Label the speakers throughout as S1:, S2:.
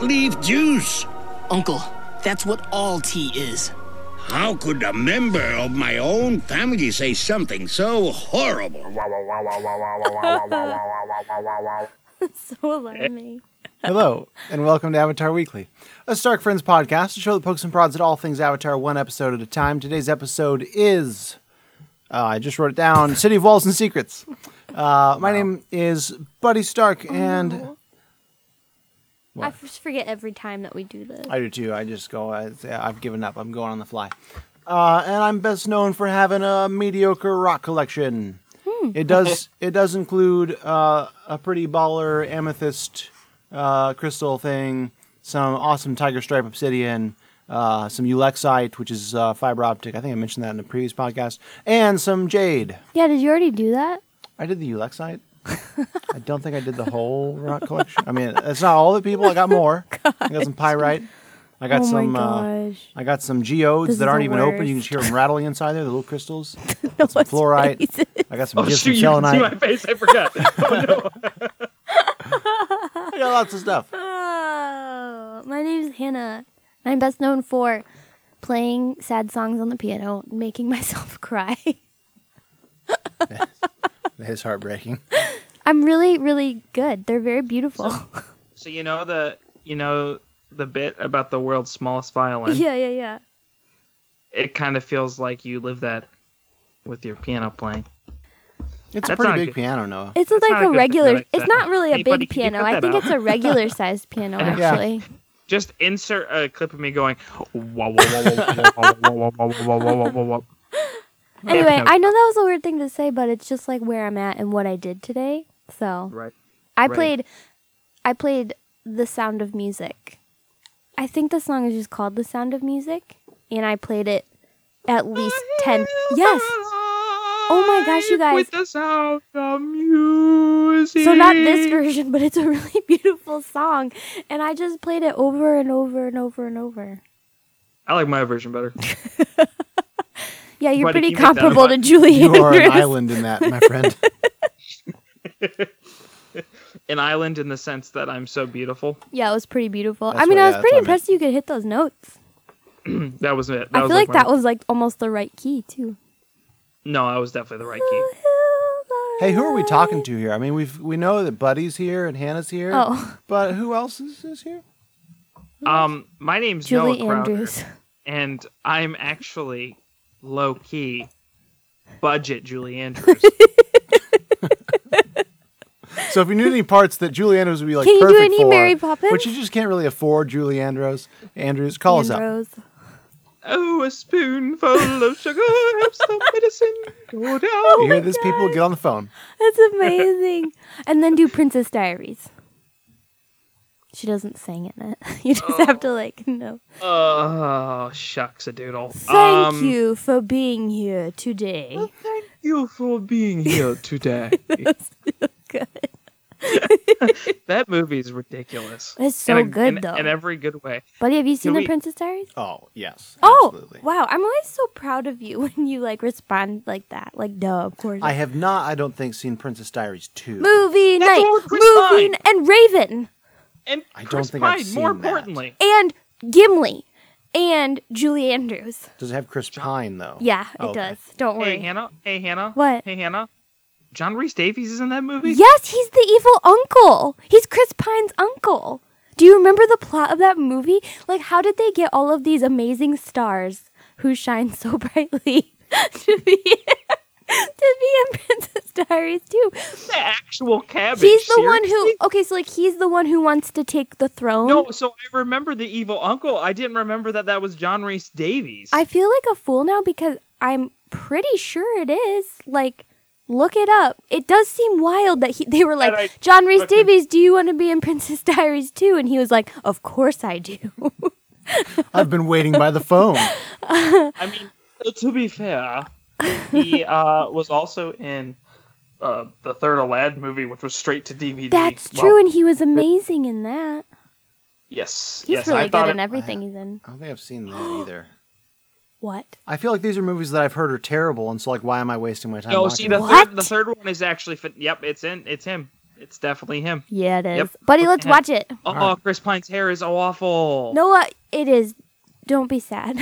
S1: leaf juice.
S2: Uncle, that's what all tea is.
S1: How could a member of my own family say something so horrible?
S3: so alarming.
S4: Hello, and welcome to Avatar Weekly, a Stark Friends podcast, a show that pokes and prods at all things Avatar one episode at a time. Today's episode is. Uh, I just wrote it down City of Walls and Secrets. Uh, my name is Buddy Stark, and
S3: I just forget every time that we do this.
S4: I do too. I just go, I, I've given up. I'm going on the fly. Uh, and I'm best known for having a mediocre rock collection. It does it does include uh, a pretty baller amethyst uh, crystal thing, some awesome tiger stripe obsidian, uh, some ulexite, which is uh, fiber optic. I think I mentioned that in the previous podcast, and some jade.
S3: yeah, did you already do that?
S4: I did the ulexite. I don't think I did the whole rock collection. I mean, it's not all the people. I got more. I got some pyrite. I got
S3: oh
S4: some.
S3: my
S4: Uh,
S3: gosh.
S4: I got some geodes
S3: This
S4: that
S3: is
S4: aren't
S3: the
S4: even open. You can just hear them rattling inside there. The little crystals.
S3: No,
S4: Some
S3: it's
S4: fluorite.
S3: racist.
S4: I got some
S5: Oh
S4: gypsum
S5: shoot! You can see my
S4: selenite.
S5: face. I forgot. Oh no!
S4: I got lots of stuff.
S3: Oh, my name's Hannah. I'm best known for playing sad songs on the piano, making myself cry.
S4: It's heartbreaking.
S3: I'm really, really good. They're very beautiful.
S5: So you know the you know the bit about the world's smallest violin.
S3: yeah, yeah, yeah.
S5: It kind of feels like you live that with your piano playing.
S4: It's a
S5: That's
S4: pretty
S5: not
S4: big
S5: good.
S4: piano, Noah.
S3: It's
S5: That's
S3: like
S5: not a
S3: a
S5: good
S3: regular.
S5: thing.
S3: It's not really a
S5: Hey, buddy,
S3: big
S5: can you
S3: piano.
S5: cut
S3: I
S5: that
S3: think
S5: out?
S3: it's a regular sized piano, actually.
S5: Just insert a clip of me going. "Wah, wah, wah, wah, wah, wah, wah, wah, wah, wah, wah, wah, wah."
S3: Anyway,
S5: no.
S3: I know that was a weird thing to say, but it's just like where I'm at and what I did today. So
S5: Right.
S3: I
S5: right.
S3: played, I played The Sound of Music. I think the song is just called The Sound of Music, and I played it at least ten. Yes. Oh my gosh, you guys.
S5: With the sound of music.
S3: So not this version, but it's a really beautiful song, and I just played it over and over and over and over.
S5: I like my version better.
S3: Yeah, you're
S5: Buddy,
S3: pretty
S5: you make that
S3: comparable to
S5: up.
S3: Julie
S4: You are an
S3: Andrews.
S4: island in that, my friend.
S5: An island in the sense that I'm so beautiful.
S3: Yeah, it was pretty beautiful. I
S4: That's
S3: mean,
S4: what-
S3: I
S4: yeah,
S3: was
S4: that's
S3: pretty
S4: what I meant.
S3: impressed you could hit those notes.
S5: That was it. That
S3: I
S5: was
S3: feel like
S5: my-
S3: that was like almost the right key too.
S5: No, I was definitely the right key.
S4: hey, who are we talking to here? I mean, we've we know that Buddy's here and Hannah's here.
S3: Oh.
S4: But who else is, is here?
S5: Um, my name's
S3: Julie
S5: Noah Crowder,
S3: Andrews.
S5: and I'm actually low key budget Julie Andrews.
S4: So if you knew any parts that Julie Andrews would be like
S3: Can you do
S4: perfect
S3: any
S4: for,
S3: Mary Poppins?
S4: which you just can't really afford, Julie Andrews, Andrews, call us up.
S3: Andrews.
S5: oh, a spoonful of sugar, have some medicine, go
S4: You
S3: Oh.
S5: down.
S4: hear this, people? Get on the phone.
S3: That's amazing. and then do Princess Diaries. She doesn't sing in it. You just have to like no.
S5: Oh, shucks a doodle.
S3: Thank
S5: Um,
S3: you for being here today.
S5: Thank you for being here today.
S3: Good.
S5: that movie's ridiculous.
S3: It's so
S5: In a-
S3: good
S5: in,
S3: though.
S5: In every good way.
S3: Buddy, have you seen
S5: Can
S3: the
S5: we-
S3: Princess Diaries?
S4: Oh yes, absolutely.
S3: Oh wow! I'm always so proud of you when you like respond like that. Like duh, of course.
S4: I have not, I don't think, seen Princess Diaries two.
S3: movie
S5: That's
S3: night,
S5: all Chris
S3: movie
S5: Pine.
S3: n- and Raven
S5: And
S4: I don't
S5: Chris
S4: think I've
S5: Pine,
S4: seen
S5: more
S4: that.
S5: importantly.
S3: and Gimli and Julie Andrews.
S4: Does it have Chris Pine though?
S3: Yeah, it
S4: Okay.
S3: does. Don't worry.
S5: Hey Hannah. Hey Hannah.
S3: What?
S5: Hey Hannah. John Reese Davies is in that movie.
S3: Yes, he's the evil uncle. He's Chris Pine's uncle. Do you remember the plot of that movie? Like, how did they get all of these amazing stars who shine so brightly to be to be in Princess Diaries too?
S5: The actual cabbage.
S3: He's the one who
S5: seriously?
S3: okay, so like he's the one who wants to take the throne.
S5: No, so I remember the evil uncle. I didn't remember that that was John Reese Davies.
S3: I feel like a fool now because I'm pretty sure it is. Like, look it up. It does seem wild that he, they were like,
S5: And I
S3: John Reese
S5: fucking-
S3: Davies, do you want to be in Princess Diaries too? And he was like, Of course I do.
S4: I've been waiting by the phone.
S5: I mean, to be fair, he uh, was also in uh, the third Aladdin movie, which was straight to DVD.
S3: That's
S5: Well,
S3: true, and he was amazing in that.
S5: yes,
S3: He's
S5: yes,
S3: really
S5: I thought
S3: good in
S5: it-
S3: everything he's in.
S4: I don't think I've seen that either.
S3: What?
S4: I feel like these are movies that I've heard are terrible, and so like, why am I wasting my time?
S5: No,
S4: watching
S5: see
S4: them?
S5: the
S3: Oh What?
S5: third, the third one is actually. Fit, yep, it's in. It's him. It's definitely him.
S3: Yeah, it is.
S5: Yep.
S3: Buddy, let's watch it.
S5: Oh, Chris Pine's hair is awful.
S3: Noah, it is. Don't be sad.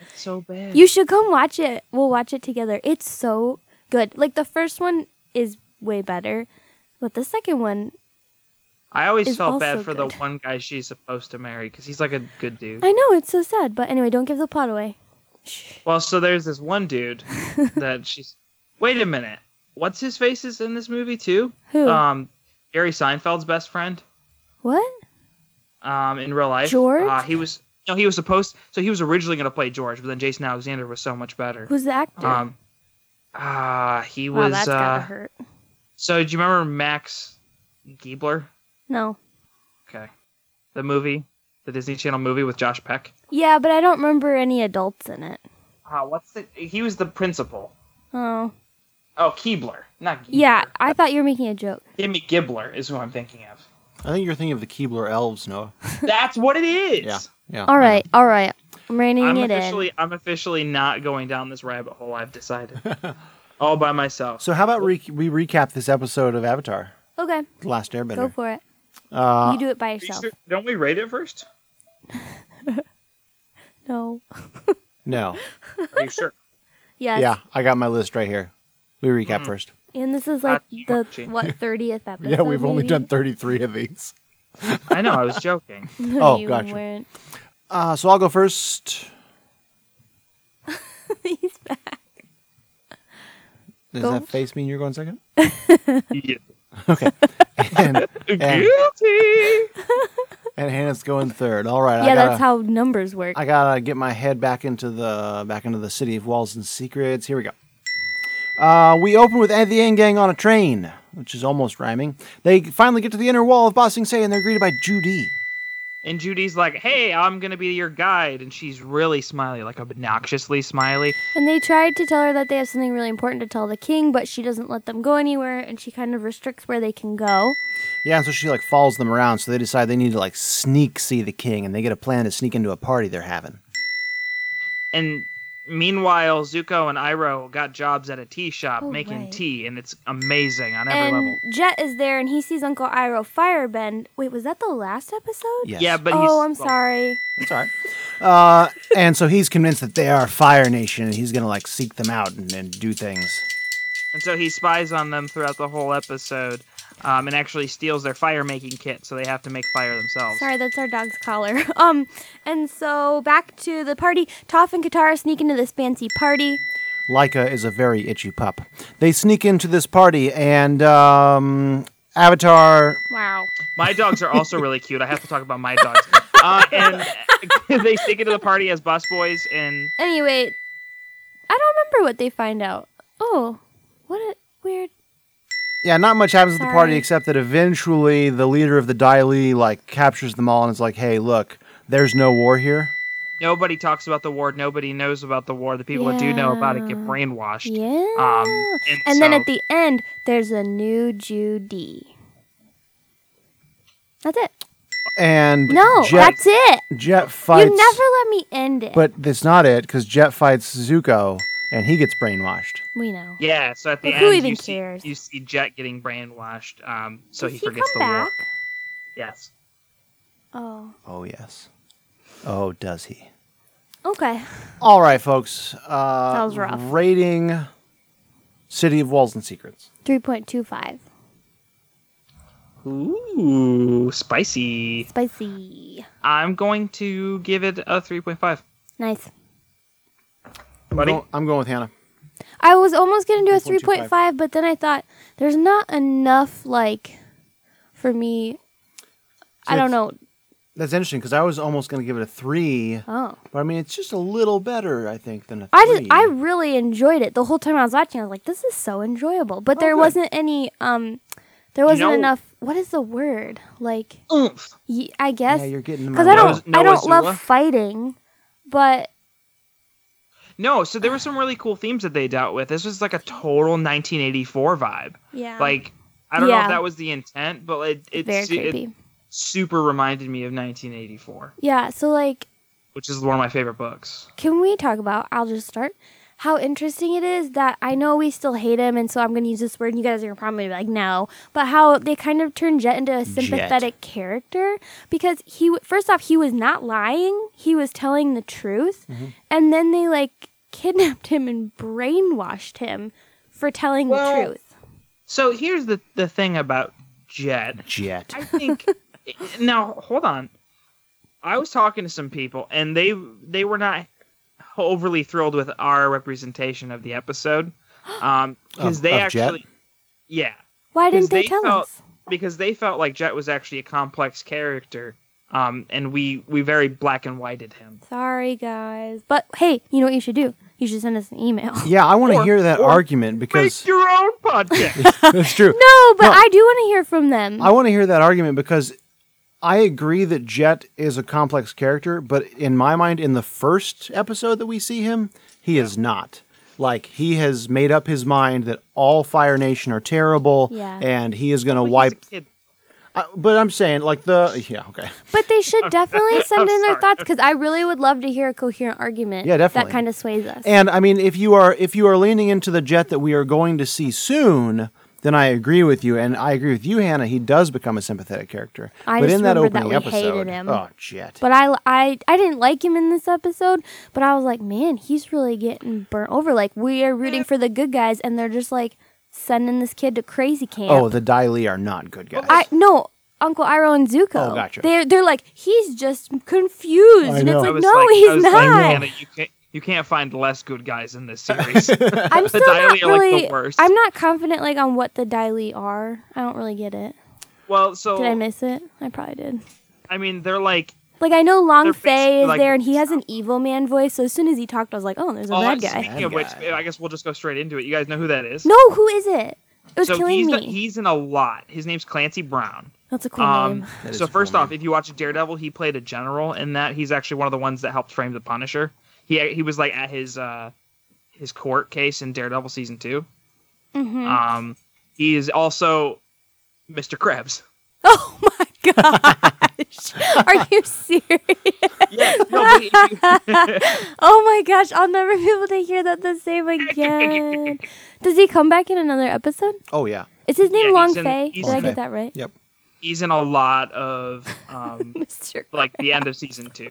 S5: It's so bad.
S3: you should come watch it. We'll watch it together. It's so good. Like the first one is way better, but the second one,
S5: I always
S3: is
S5: felt bad
S3: also
S5: for
S3: good.
S5: the one guy she's supposed to marry because he's like a good dude.
S3: I know it's so sad. But anyway, don't give the plot away.
S5: Well, so there's this one dude that she's. Wait a minute. What's his face is in this movie too?
S3: Who?
S5: Um, Gary Seinfeld's best friend.
S3: What?
S5: Um, in real life,
S3: George?
S5: Uh, he was. No, he was supposed. So he was originally going to play George, but then Jason Alexander was so much better.
S3: Who's the actor?
S5: Um, ah, he
S3: wow,
S5: was.
S3: that's
S5: uh,
S3: gotta hurt.
S5: so do you remember Max Giebler?
S3: No.
S5: Okay, the movie, the Disney Channel movie with Josh Peck.
S3: Yeah, but I don't remember any adults in it.
S5: Ah, what's the? He was the principal.
S3: Oh.
S5: Oh, Keebler, not Giebler.
S3: Yeah, I thought you were making a joke.
S5: Jimmy Gibbler is who I'm thinking of.
S4: I think you're thinking of the Keebler elves, Noah.
S5: That's what it is.
S4: Yeah. Yeah.
S3: All right, all right. I'm reining
S5: Uh-huh.
S3: it
S5: I'm officially I'm officially not going down this rabbit hole. I've decided. All by myself.
S4: So how about re- we recap this episode of Avatar:
S3: in. Okay,
S4: The Last
S3: go
S4: Airbender?
S3: for it.
S4: Uh,
S3: you do it by
S5: Are you
S3: yourself.
S5: sure- don't we rate it first?
S3: No.
S4: no.
S5: Are you sure?
S3: Yes.
S4: Yeah, I got my list right here. We recap first.
S3: And this is like
S5: That's
S3: the
S5: Archie.
S3: what thirtieth episode.
S4: Yeah, we've only
S3: maybe?
S4: done 33 of these.
S5: I know. I was joking.
S3: No,
S4: Oh,
S3: you
S4: gotcha.
S3: weren't.
S4: Uh, so I'll go first.
S3: He's back.
S4: Does
S3: Go.
S4: that face mean you're going second?
S5: Yeah.
S4: Okay. and, and,
S5: Guilty.
S4: and Hannah's going third. All right. I
S3: yeah,
S4: gotta,
S3: that's how numbers work.
S4: I gotta get my head back into the back into the city of walls and secrets. Here we go. Uh, we open with Ed the End Gang on a train, which is almost rhyming. They finally get to the inner wall of Ba Sing Se, and they're greeted by Judy.
S5: And Judy's like, "Hey, I'm gonna be your guide," and she's really smiley, like obnoxiously smiley.
S3: and they tried to tell her that they have something really important to tell the king, but she doesn't let them go anywhere, and she kind of restricts where they can go.
S4: Yeah, and so she like follows them around, so they decide they need to like sneak see the king, and they get a plan to sneak into a party they're having.
S5: And meanwhile, Zuko and Iroh got jobs at a tea shop
S3: Oh,
S5: making
S3: right.
S5: tea, and it's amazing on every
S3: and
S5: level.
S3: Jet is there, and he sees Uncle Iroh Firebend. Wait, was that the last episode?
S4: Yes.
S5: Yeah, but he's,
S3: oh, I'm
S5: well,
S3: sorry.
S4: It's all right. Uh, and so he's convinced that they are Fire Nation, and he's gonna like seek them out and, and do things.
S5: And so he spies on them throughout the whole episode um, and actually steals their fire making kit so they have to make fire themselves.
S3: Sorry, that's our dog's collar. Um, and so back to the party. Toph and Katara sneak into this fancy party.
S4: Laika is a very itchy pup. They sneak into this party, and um, Avatar.
S3: Wow.
S5: My dogs are also really cute. I have to talk about my dogs. Uh, and they sneak into the party as bus boys and
S3: Anyway, I don't remember what they find out. Oh, what a weird.
S4: Yeah, not much happens at the party
S3: Sorry.
S4: except that eventually the leader of the Daili like captures them all and is like, "Hey, look, there's no war here."
S5: nobody talks about the war. Nobody knows about the war. The people that do know about it get
S3: Yeah.
S5: brainwashed.
S3: Yeah.
S5: Um, and
S3: and then
S5: so-
S3: at the end, there's a new Judy. That's it.
S4: And
S3: No,
S4: Jet,
S3: that's it.
S4: Jet fights,
S3: You never let me end it.
S4: but that's not it because Jet fights Zuko, and he gets brainwashed.
S3: we know.
S5: Yeah, so at the
S3: Well,
S5: end,
S3: who even
S5: you, see,
S3: cares?
S5: you see Jet getting brainwashed, um, so
S3: Does
S5: he forgets
S3: come
S5: the
S3: back?
S5: war. Yes.
S3: Oh,
S4: Oh yes. Oh, does he?
S3: okay.
S4: All right, folks. Uh,
S3: That was rough.
S4: Rating City of Walls and Secrets.
S3: Three point two five.
S5: Ooh, spicy.
S3: Spicy.
S5: I'm going to give it a 3.5.
S3: Nice.
S4: I'm
S5: Buddy?
S4: go- I'm going with Hannah.
S3: I was almost gonna do a three
S4: 3.25.
S3: point five, but then I thought there's not enough like for me. I don't know.
S4: That's interesting because I was almost going to give it a three,
S3: Oh,
S4: but I mean it's just a little better, I think, than a
S3: I
S4: three.
S3: just I really enjoyed it the whole time I was watching. I was like, this is so enjoyable, but there wasn't any um, there wasn't
S5: know-
S3: enough. What is the word like?
S5: Oomph.
S3: y- I guess
S4: yeah, you're getting
S3: because I don't
S5: Noah-
S3: I
S5: Noah
S3: don't love
S5: Zula?
S3: fighting, but
S5: No, so there were some really cool themes that they dealt with. This was like a total 1984 vibe.
S3: yeah,
S5: Like, I don't know
S3: Yeah.
S5: if that was the intent, but it, it,
S3: very
S5: su- it
S3: creepy.
S5: super reminded me of 1984,
S3: yeah, so like
S5: which is one of my favorite books.
S3: Can we talk about? I'll just start. how interesting it is that I know we still hate him, and so I'm going to use this word, and you guys are probably like, no. But how they kind of turned Jet into a sympathetic character because he, w- first off, he was not lying, he was telling the truth. And then they like kidnapped him and brainwashed him for telling the
S5: Well,
S3: truth.
S5: So here's the the thing about Jet.
S4: Jet.
S5: I think now hold on. I was talking to some people and they they were not overly thrilled with our representation of the episode. Um because
S4: Of-
S5: they
S4: of Jet?
S5: actually Yeah.
S3: Why didn't
S5: 'cause
S3: they,
S5: they
S3: tell
S5: felt-
S3: us?
S5: Because they felt like Jet was actually a complex character. Um and we we very black and whited him.
S3: Sorry, guys. But hey, you know what you should do? You should send us an email.
S4: Yeah, I want to
S5: Or-
S4: hear that
S5: or-
S4: argument
S5: Make
S4: because
S5: your own podcast.
S4: that's true.
S3: No, but
S4: No.
S3: I do want to hear from them.
S4: I want to hear that argument because I agree that Jet is a complex character, but in my mind, in the first episode that we see him, he is not. Like he has made up his mind that all Fire Nation are terrible,
S3: Yeah.
S4: and he is going to
S5: He's a
S4: wipe.
S5: kid.
S4: I- but I'm saying, like the yeah, okay,
S3: But they should definitely send in their
S5: sorry.
S3: thoughts because I really would love to hear a coherent argument.
S4: Yeah, definitely.
S3: That kind of sways us.
S4: and I mean, if you are if you are leaning into the Jet that we are going to see soon. Then I agree with you, and I agree with you, Hannah. He does become a sympathetic character,
S3: I
S4: but
S3: just
S4: in that
S3: remembered that
S4: opening
S3: we hated
S4: episode,
S3: him.
S4: oh, Jet!
S3: but I, I, I didn't like him in this episode, but I was like, man, he's really getting burnt over. Like, we are rooting for the good guys, and they're just like sending this kid to crazy camp.
S4: oh, the Daily are not good guys.
S3: I no, Uncle Iroh and Zuko.
S4: Oh, gotcha.
S3: They're they're like he's just confused,
S4: I
S3: and
S4: know.
S3: it's
S5: I
S3: like
S5: was
S3: no,
S5: like, I
S3: he's
S5: was Like,
S3: not.
S5: Hannah, you can't you can't find less good guys in this series.
S3: I'm still
S5: Daily
S3: not
S5: are, like, the
S3: really.
S5: worst.
S3: I'm not confident like on what the Daily are. I don't really get it.
S5: well, so
S3: Did I miss it? I probably did.
S5: I mean, they're like
S3: Like I know Long
S5: They're
S3: Fei
S5: basically
S3: is
S5: like-
S3: there, and he has an evil man voice. So as soon as he talked, I was like, "Oh, there's a
S5: Oh,
S3: bad
S5: and
S3: guy."
S5: Speaking of
S4: Bad
S5: which,
S4: guy.
S5: I guess we'll just go straight into it. You guys know who that is?
S3: No, who is it? It was
S5: so
S3: killing
S5: he's
S3: me.
S5: the- he's in a lot. His name's Clancy Brown.
S3: That's a cool
S5: Um,
S3: name.
S4: That is
S5: so
S4: a cool
S5: first
S4: name.
S5: off, if you watch Daredevil, he played a general in that. He's actually one of the ones that helped frame the Punisher. He he was like at his uh his court case in Daredevil season 2
S3: Mm-hmm.
S5: Um, he is also Mr. Krebs.
S3: Oh my gosh! Are you serious?
S5: Yeah, no, but he-
S3: Oh my gosh! I'll never be able to hear that the same again. Does he come back in another episode?
S4: Oh yeah.
S3: Is his name
S5: Yeah,
S3: Long
S5: he's in-
S3: Fei?
S5: he's
S3: Did I
S4: in-
S3: get that right?
S4: Yep.
S5: he's in a lot of um
S3: Mr.
S5: like the end of season two.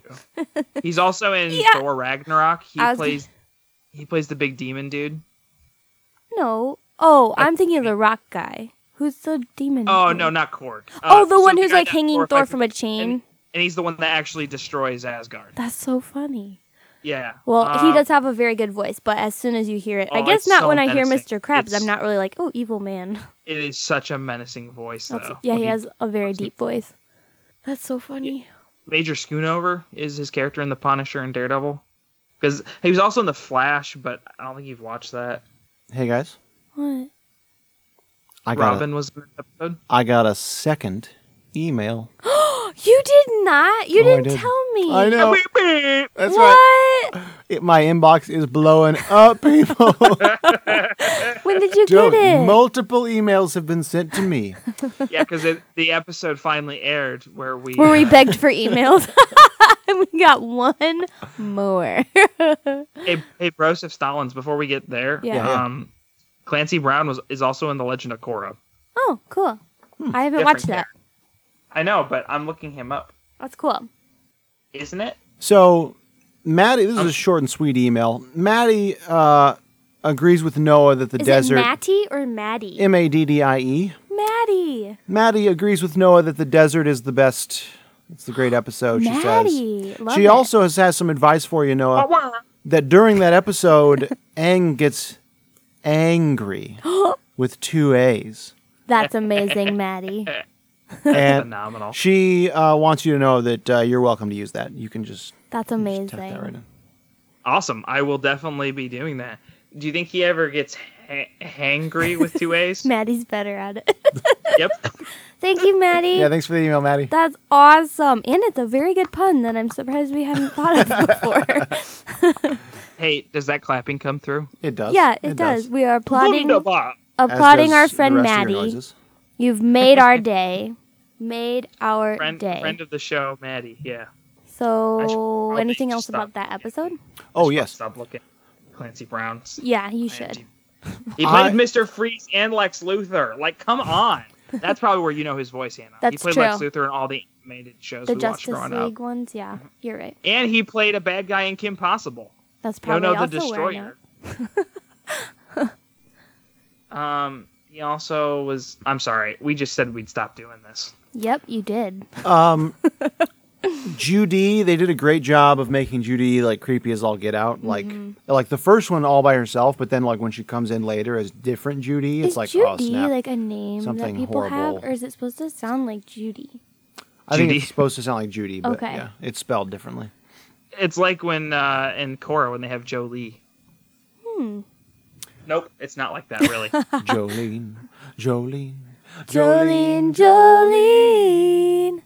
S5: He's also in
S3: Yeah.
S5: Thor Ragnarok. He
S3: I was- Mm-hmm.
S5: plays he plays the big demon dude.
S3: No. Oh, I'm thinking of the rock guy. Who's the demon?
S5: Oh
S3: dude?
S5: no, not Korg. Uh,
S3: Oh, the
S5: so
S3: one who's
S5: guy
S3: like
S5: that
S3: hanging Thor,
S5: fights-
S3: from a chain.
S5: and, and he's the one that actually destroys Asgard.
S3: That's so funny.
S5: Yeah.
S3: Well, he
S5: Um,
S3: does have a very good voice, but as soon as you hear it, I
S5: Oh,
S3: guess
S5: it's
S3: not
S5: so
S3: when I hear
S5: menacing.
S3: Mr. Krabs, I'm
S5: It's-
S3: not really like, oh, evil man.
S5: It is such a menacing voice,
S3: That's,
S5: though.
S3: yeah, he has a very deep voice. That's so funny.
S5: Major Schoonover is his character in The Punisher and Daredevil, because he was also in The Flash, but I don't think you've watched that.
S4: Hey guys,
S3: What?
S4: I got
S5: Robin
S4: a,
S5: was in that episode.
S4: I got a second email.
S3: You did not. You
S4: Oh, I
S3: didn't
S4: did.
S3: tell me.
S4: I know.
S5: Beep, beep.
S4: That's
S3: what?
S4: right. It- my inbox is blowing up, people.
S3: When did you get
S4: Dude,
S3: it?
S4: multiple emails have been sent to me.
S5: Yeah, because the episode finally aired where we
S3: Where we begged for emails. and we got one more.
S5: hey, hey Broseph Stalins. Before we get there,
S3: Yeah. Yeah,
S4: yeah.
S5: um, Clancy Brown was is also in The Legend of Korra.
S3: oh, cool. I haven't
S5: Hmm, Different
S3: watched that.
S5: character. I know, but I'm looking him up.
S3: That's cool.
S5: Isn't it?
S4: So, Maddie, this is a short and sweet email. Maddie uh, agrees with Noah that the
S3: Is it
S4: desert
S3: Matty or Maddie?
S4: M A D D I E.
S3: Maddie.
S4: Maddie agrees with Noah that the desert is the best. It's the great episode. She says.
S3: Maddie. Love
S4: She
S3: it.
S4: also has, has some advice for you, Noah. that during that episode, Aang gets angry with two A's.
S3: That's amazing, Maddie.
S4: And
S5: Phenomenal.
S4: she uh, wants you to know that uh, you're welcome to use that. You can just
S3: That's
S4: type that right
S3: amazing.
S4: in.
S5: Awesome. I will definitely be doing that. Do you think he ever gets ha- hangry with two A's?
S3: Maddie's better at it.
S5: yep.
S3: Thank you, Maddie.
S4: Yeah, thanks for the email, Maddie.
S3: That's awesome. And it's a very good pun that I'm surprised we haven't thought of before.
S5: Hey, does that clapping come through?
S4: It does.
S3: yeah, it, does. We are applauding
S5: Wunderbar.
S4: As
S3: applauding
S4: does
S3: our
S4: the
S3: friend
S4: rest of your
S3: Maddie.
S4: noises.
S3: You've made our day. Made our
S5: Friend,
S3: day.
S5: friend of the show, Maddie. Yeah. I should
S3: so
S5: probably
S3: anything else
S5: just
S3: about
S5: stop.
S3: that episode?
S4: Oh, yes.
S5: Stop looking. Clancy Brown.
S3: Yeah, you should.
S5: He
S4: I-
S5: played Mr. Freeze and Lex Luthor. Like, come on. That's probably where you know his voice, Hannah. he
S3: That's
S5: played Lex
S3: true.
S5: Luthor in all the animated shows
S3: The
S5: we
S3: Justice
S5: watched growing
S3: League
S5: up. Mm-hmm.
S3: ones, yeah, you're right.
S5: And he played a bad guy in Kim Possible.
S3: That's
S5: No,
S3: probably
S5: no, the
S3: also where I know.
S5: Destroyer. um, he also was. I'm sorry. We just said we'd stop doing this.
S3: Yep, you did.
S4: Judy, they did a great job of making Judy like creepy as all get out. Like
S3: Mm-hmm.
S4: like the first one all by herself, but then like when she comes in later as different Judy, it's
S3: is
S4: like
S3: Judy
S4: oh snap.
S3: like a name
S4: Something
S3: that people have,
S4: horrible.
S3: or is it supposed to sound like Judy?
S4: I think
S5: Judy.
S4: it's supposed to sound like Judy, but
S3: Okay.
S4: yeah, it's spelled differently.
S5: It's like when uh in Cora when they have Jolie. Hmm. Nope, it's not like that really.
S4: Jolene, Jolene,
S3: Jolene, Jolene,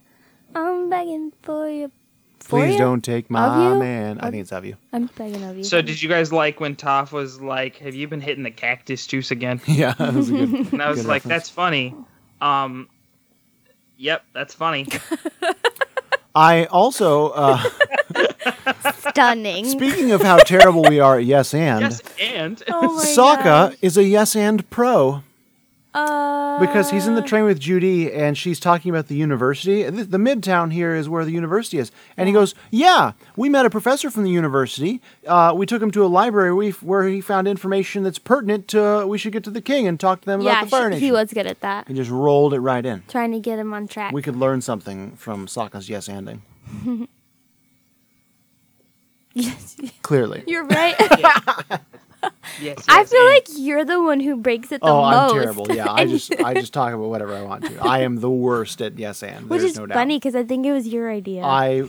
S3: I'm begging for you. For
S4: Please
S3: you?
S4: don't take my
S3: Of you?
S4: man. I think it's of you.
S3: I'm begging of you.
S5: so did you guys like when Toph was like, "Have you been hitting the cactus juice again?"
S4: Yeah, that was a good.
S5: And I was
S4: Good reference.
S5: like, "That's funny." Um. Yep, that's funny.
S4: I also uh,
S3: Stunning.
S4: speaking of how terrible we are at yes and.
S5: yes, and
S3: oh my
S4: Sokka
S3: gosh.
S4: is a yes and pro
S3: Uh,
S4: because he's in the train with Judy and she's talking about the university. The, the midtown here is where the university is. And he goes, Yeah, we met a professor from the university. Uh, we took him to a library we, where he found information that's pertinent to uh, we should get to the king and talk to them
S3: yeah,
S4: about the Fire
S3: she-
S4: Nation.
S3: he was good at that.
S4: He just rolled it right in.
S3: Trying to get him on track.
S4: We could learn something from Sokka's yes anding.
S3: yes,
S4: Clearly.
S3: you're right.
S5: yes,
S3: I
S5: yes,
S3: feel
S5: and.
S3: like you're the one who breaks it the
S4: oh,
S3: most.
S4: I'm terrible. Yeah, I just I just talk about whatever I want to. I am the worst at yes and.
S3: Which
S4: There's
S3: is
S4: no doubt.
S3: funny because I think it was your idea.
S4: I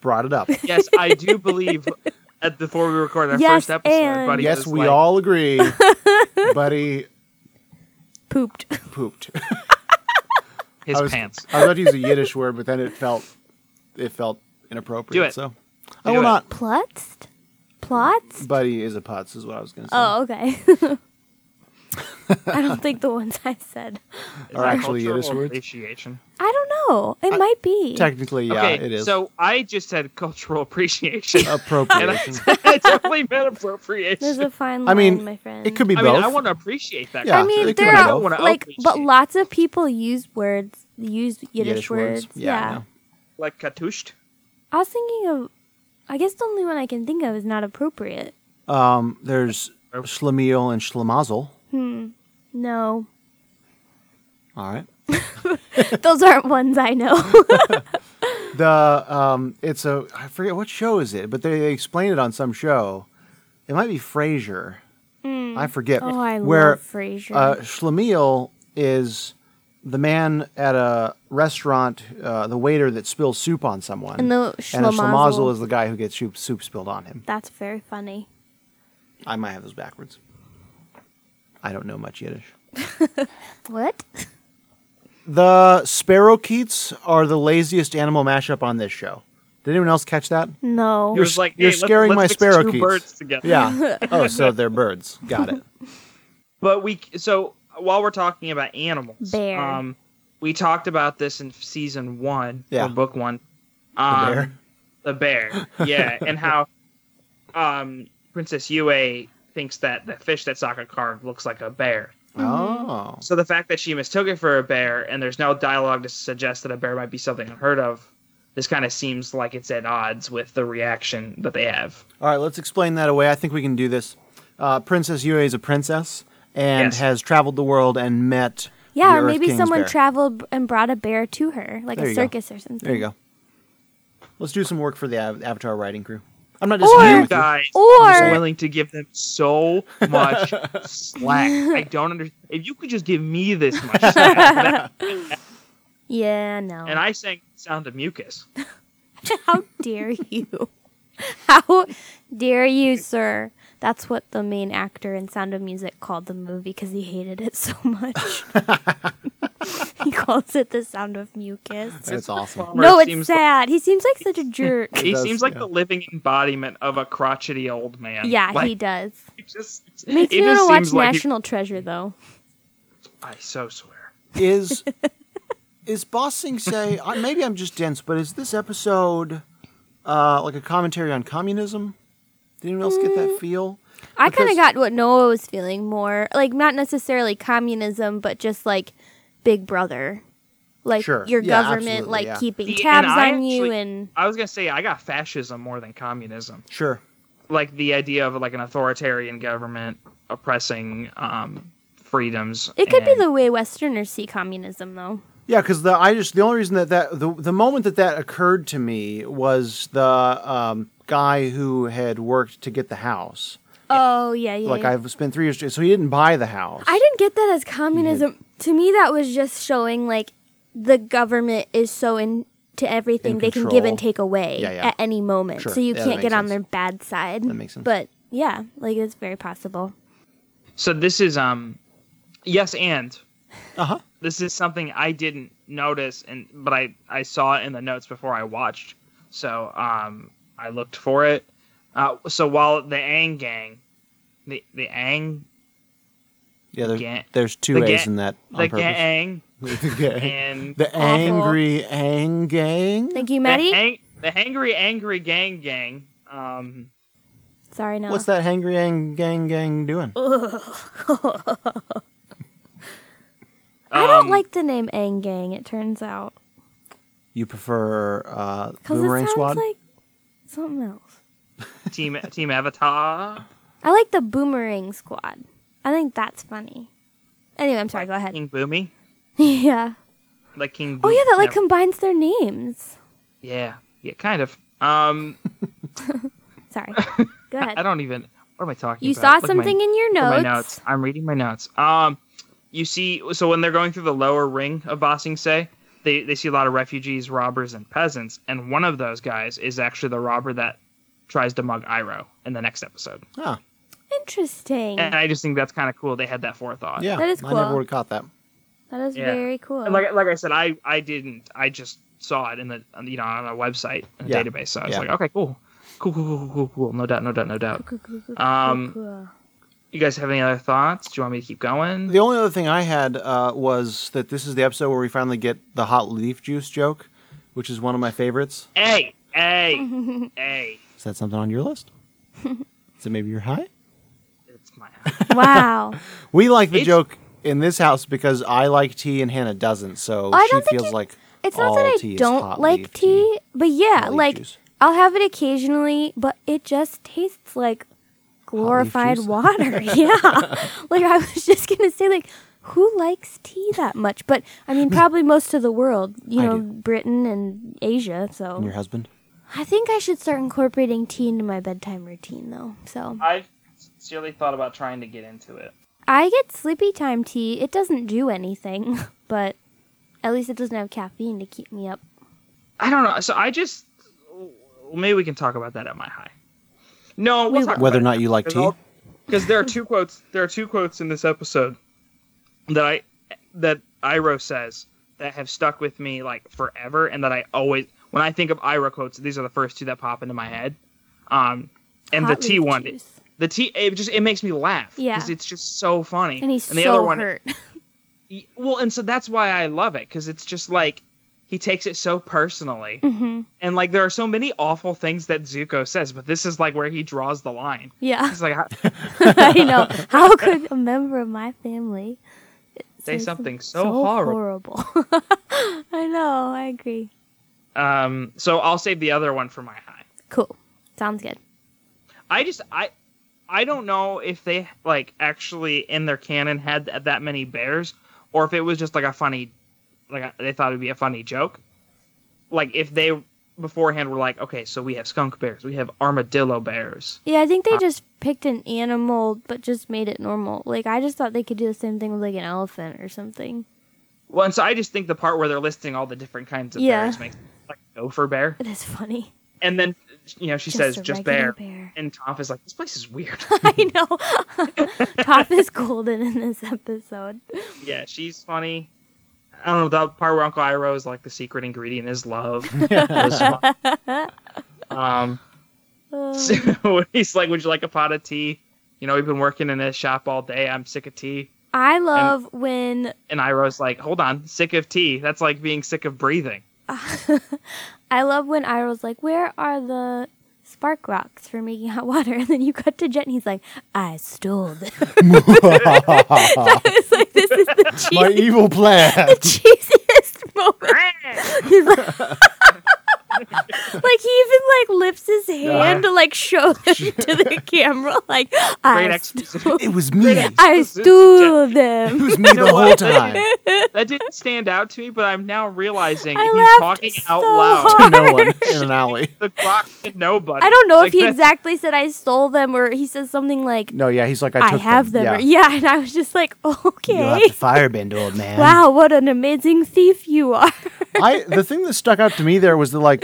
S4: brought it up.
S5: yes, I do believe at before we recorded our
S3: Yes,
S5: first episode,
S3: and-
S5: buddy.
S4: yes,
S5: was
S4: we
S5: like,
S4: all agree. Buddy
S3: Pooped.
S4: pooped.
S5: his
S4: was-
S5: pants.
S4: I was about to use a Yiddish word, but then it felt it felt inappropriate.
S5: Do it.
S4: So I
S5: Do
S4: will
S5: it.
S4: not.
S3: Plutzed? Plots?
S4: Buddy is a putz, is what I was going to say.
S3: Oh, okay. I don't think the ones I said.
S5: Is
S4: Or
S5: that
S4: actually,
S5: cultural
S4: it is words.
S5: appreciation.
S3: I don't know. It might be.
S4: Technically, yeah,
S5: okay,
S4: it is
S5: so I just said cultural appreciation, and I,
S4: appropriation.
S5: I definitely meant
S3: There's
S5: appropriation.
S3: a fine line,
S4: I mean,
S3: my friend.
S4: it could be
S5: I
S4: both.
S5: mean, I want to appreciate that.
S4: Yeah,
S3: I
S5: culture.
S4: it
S3: mean,
S4: could
S3: there
S4: be
S5: I
S3: are
S4: both.
S5: don't wanna
S3: like, but
S5: appreciate.
S3: lots of people use words, use Yiddish,
S4: Yiddish words. Yeah, I
S3: yeah.
S4: know.
S5: like katushed.
S3: I was thinking of. I guess the only one I can think of is not appropriate.
S4: Um, there's schlemiel and schlemazel.
S3: No,
S4: All right.
S3: those aren't ones I know.
S4: The um, it's a I forget what show is it, but they, they explain it on some show. It might be Frasier. I forget.
S3: oh, I
S4: where
S3: love Frasier.
S4: Uh, Schlemiel is the man at a restaurant, uh, the waiter that spills soup on someone.
S3: And the
S4: And a
S3: Schlemazel.
S4: Schlemazel is the guy who gets soup, soup spilled on him.
S3: That's very funny.
S4: I might have those backwards. I don't know much Yiddish.
S3: What?
S4: The sparrowkeets are the laziest animal mashup on this show. Did anyone else catch that?
S3: No.
S5: It was like
S4: You're
S5: hey, let's-
S4: scaring
S5: let's
S4: my
S5: mix
S4: sparrowkeets.
S5: Two birds together.
S4: Yeah. oh, so they're birds. Got it.
S5: But we so while we're talking about animals,
S3: Bear.
S5: Um, we talked about this in season one
S4: Yeah.
S5: or book one. Um,
S4: bear?
S5: the bear, yeah, and how um, Princess Yue thinks that the fish that Sokka carved looks like a bear.
S3: Mm-hmm.
S4: Oh.
S5: So the fact that she mistook it for a bear, and there's no dialogue to suggest that a bear might be something unheard of, this kind of seems like it's at odds with the reaction that they have.
S4: All right, let's explain that away. I think we can do this. Uh, princess Yue is a princess and
S5: Yes.
S4: has traveled the world and met.
S3: Yeah,
S4: the
S3: or
S4: Earth
S3: maybe
S4: King's
S3: someone
S4: bear.
S3: traveled and brought a bear to her, like
S4: There
S3: a
S4: you go.
S3: circus or something.
S4: There you go. Let's do some work for the av- Avatar writing crew. I'm not
S3: Or-
S4: disagreeing
S5: You
S4: with you.
S5: guys are
S3: Or
S5: willing to give them so much slack. I don't understand. If you could just give me this much slack,
S3: yeah, no.
S5: and I sang Sound of Mucus.
S3: How dare you? How dare you, sir? That's what the main actor in Sound of Music called the movie because he hated it so much. he calls it the Sound of Mucus.
S4: That's awesome.
S3: No,
S5: It
S3: it's
S5: seems
S3: sad. He seems like such a jerk.
S5: He
S4: does,
S5: seems like
S4: yeah.
S5: the living embodiment of a crotchety old man.
S3: yeah,
S5: like,
S3: he does.
S5: he just
S3: Makes
S5: it
S3: me want
S5: just
S3: to watch
S5: seems like he-
S3: National Treasure, though.
S5: I so swear.
S4: Is is bossing say? I maybe I'm just dense, but is this
S3: Mm.
S4: episode uh, like a commentary on communism? Did anyone else get that feel?
S3: I kind
S4: Because-
S3: of got what Noah was feeling more like not necessarily communism, but just like Big Brother, like
S4: Sure.
S3: your
S4: Yeah,
S3: government
S4: absolutely,
S3: like
S4: yeah.
S3: keeping
S5: And
S3: tabs on
S5: I
S3: you
S5: actually-
S3: and
S5: I was gonna say I got fascism more than communism.
S4: Sure.
S5: Like the idea of like an authoritarian government oppressing um, freedoms.
S3: it could be
S5: and-
S3: the way Westerners see communism though.
S4: Yeah, because the I just the only reason that that the the moment that that occurred to me was the um, guy who had worked to get the house.
S3: Oh yeah, yeah.
S4: Like
S3: yeah.
S4: I've spent three years, so he didn't buy the house.
S3: I didn't get that as communism. To me, that was just showing like the government is so into everything
S4: In
S3: they can give
S4: control.
S3: and take away
S4: Yeah, yeah.
S3: at any moment,
S4: Sure.
S3: so you
S4: Yeah, that
S3: can't get
S4: makes
S3: on
S4: sense.
S3: their bad side.
S4: That makes sense.
S3: But yeah, like it's very possible.
S5: So this is um, yes and.
S4: Uh huh.
S5: this is something I didn't notice, and but I I saw it in the notes before I watched, so um I looked for it. Uh, so while the Ang Gang, the the Ang
S4: Yeah, there,
S5: Ga-
S4: there's two
S5: the
S4: A's
S5: ga-
S4: in that
S5: the
S4: on purpose.
S5: Gang
S4: the gang.
S5: and
S4: The angry ang gang.
S3: Thank you,
S5: the,
S3: Maddie.
S4: eh.
S5: hang, the Hangry Angry Gang Gang. Um,
S3: Sorry, no.
S4: What's that hangry ang gang gang doing?
S3: I don't
S5: um,
S3: like the name Ang Gang. It turns out
S4: You prefer uh,
S3: because it
S4: boomerang
S3: sounds
S4: squad?
S3: like something else.
S5: Team Team Avatar.
S3: I like the Boomerang Squad. I think that's funny. Anyway, I'm sorry. Go ahead.
S5: King Boomy.
S3: yeah.
S5: Like King.
S3: Oh yeah, that like
S5: Boomy.
S3: combines their names.
S5: yeah yeah kind of. Um,
S3: Sorry. Go ahead.
S5: I don't even. What am I talking
S3: You
S5: about?
S3: saw
S5: Look at my-
S3: something in your
S5: Look at
S3: notes.
S5: My notes. I'm reading my notes. Um, you see, so when they're going through the lower ring of Bossing Se, they they see a lot of refugees, robbers, and peasants, and one of those guys is actually the robber that tries to mug Iroh in the next episode.
S4: Ah,
S3: Interesting.
S5: And I just think that's kind of cool. They had that forethought.
S4: yeah.
S3: That is
S4: I never
S3: cool.
S4: would have caught that.
S3: that is
S5: yeah.
S3: very cool.
S5: And like like I said, I I didn't. I just saw it in the you know on a website, in a
S4: Yeah.
S5: database. So I was
S4: Yeah.
S5: like, okay, cool. Cool, cool, cool, cool, cool, cool. No doubt, no doubt, no doubt.
S3: Cool, cool, cool,
S5: Um,
S3: cool.
S5: You guys have any other thoughts? Do you want me to keep going?
S4: The only other thing I had uh, was that this is the episode where we finally get the hot leaf juice joke, which is one of my favorites.
S5: Hey, hey, hey!
S4: Is that something on your list? is it maybe you're high?
S5: It's my
S3: wow.
S4: We like the
S5: It's-
S4: joke in this house because I like tea and Hannah doesn't, so
S3: I
S4: she
S3: don't think
S4: feels
S3: you-
S4: like
S3: It's
S4: all
S3: not that
S4: tea
S3: I
S4: is
S3: don't
S4: hot
S3: like
S4: leaf
S3: tea, but yeah,
S4: Hot leaf
S3: like
S4: juice.
S3: I'll have it occasionally, but it just tastes like glorified
S4: juice?
S3: water. yeah. Like I was just going to say like who likes tea that much? But I mean probably most of the world, you
S4: Hmm. I
S3: know,
S4: do.
S3: Britain and Asia, so
S4: And your husband?
S3: I think I should start incorporating tea into my bedtime routine though. So
S5: I've sincerely thought about trying to get into it.
S3: I get sleepy time tea. It doesn't do anything, but at least it doesn't have caffeine to keep me up.
S5: I don't know. So I just maybe we can talk about that at my high. No, we'll talk
S4: Whether or not you like tea?
S5: because there are two quotes. There are two quotes in this episode that I that Iro says that have stuck with me like forever, and that I always when I think of Iro quotes, these are the first two that pop into my head. Um, and
S3: Hot
S5: the tea
S3: leaf
S5: one,
S3: juice.
S5: the tea, it just it makes me laugh.
S3: Yeah.
S5: 'cause it's just so funny.
S3: And he's
S5: and the
S3: so
S5: other one,
S3: hurt.
S5: Y- well and so that's why i love it because it's just like he takes it so personally
S3: Mm-hmm.
S5: and like there are so many awful things that zuko says but this is like where he draws the line
S3: yeah,
S5: it's like I-
S3: I know. How could a member of my family
S5: say something so, horrible
S3: horrible? I know. I agree.
S5: um so i'll save the other one for my high
S3: Cool. Sounds good.
S5: i just i i don't know if they like actually in their canon had th- that many bears or if it was just like a funny like a- they thought it'd be a funny joke like if they beforehand were like okay so we have skunk bears we have armadillo bears
S3: Yeah, I
S5: Uh,
S3: think they just picked an animal, but just made it normal. Like I just thought they could do the same thing with like an elephant or something.
S5: Well, and so I just think the part where they're listing all the different kinds of
S3: Yeah.
S5: bears makes like gopher bear,
S3: It is funny.
S5: and then you know she
S3: Just
S5: says
S3: a
S5: just
S3: regular
S5: bear.
S3: bear.
S5: and Toph is like this place is weird.
S3: I know. Toph is golden in this episode.
S5: yeah, she's funny. I don't know that part where Uncle Iroh is like the secret ingredient is love. was fun. um,
S3: Uh,
S5: so he's like, would you like a pot of tea? You know, we've been working in a shop all day. I'm sick of tea.
S3: I love when
S5: And Iroh's like, hold on, sick of tea. That's like being sick of breathing.
S3: I love when Iroh's like, "Where are the spark rocks for making hot water. And then you cut to Jet, and he's like, "I stole them." I was like, "This is the
S4: My
S3: cheesiest,
S4: evil plan.
S3: cheesiest moment." He's like, like he even like lifts his hand to like show them to the camera, like
S5: Great
S3: I, st-
S5: exposition.
S4: it was me. It
S3: I stole them.
S4: was me the whole time.
S5: That didn't stand out to me, but I'm now realizing
S3: I
S5: he's
S3: laughed
S5: talking
S3: so
S5: out loud.
S3: hard.
S4: no one in an alley.
S5: The clock to nobody.
S3: I don't know if
S5: Like,
S3: he
S5: that-
S3: exactly said I stole them or he says something like
S4: No, yeah, he's like, I
S3: I,
S4: took
S3: have them. or-
S4: Yeah.
S3: Yeah. and I was just like,
S4: You'll
S3: okay,
S4: have to firebend, old man.
S3: wow, what an amazing thief you are.
S4: I the thing that stuck out to me there was the like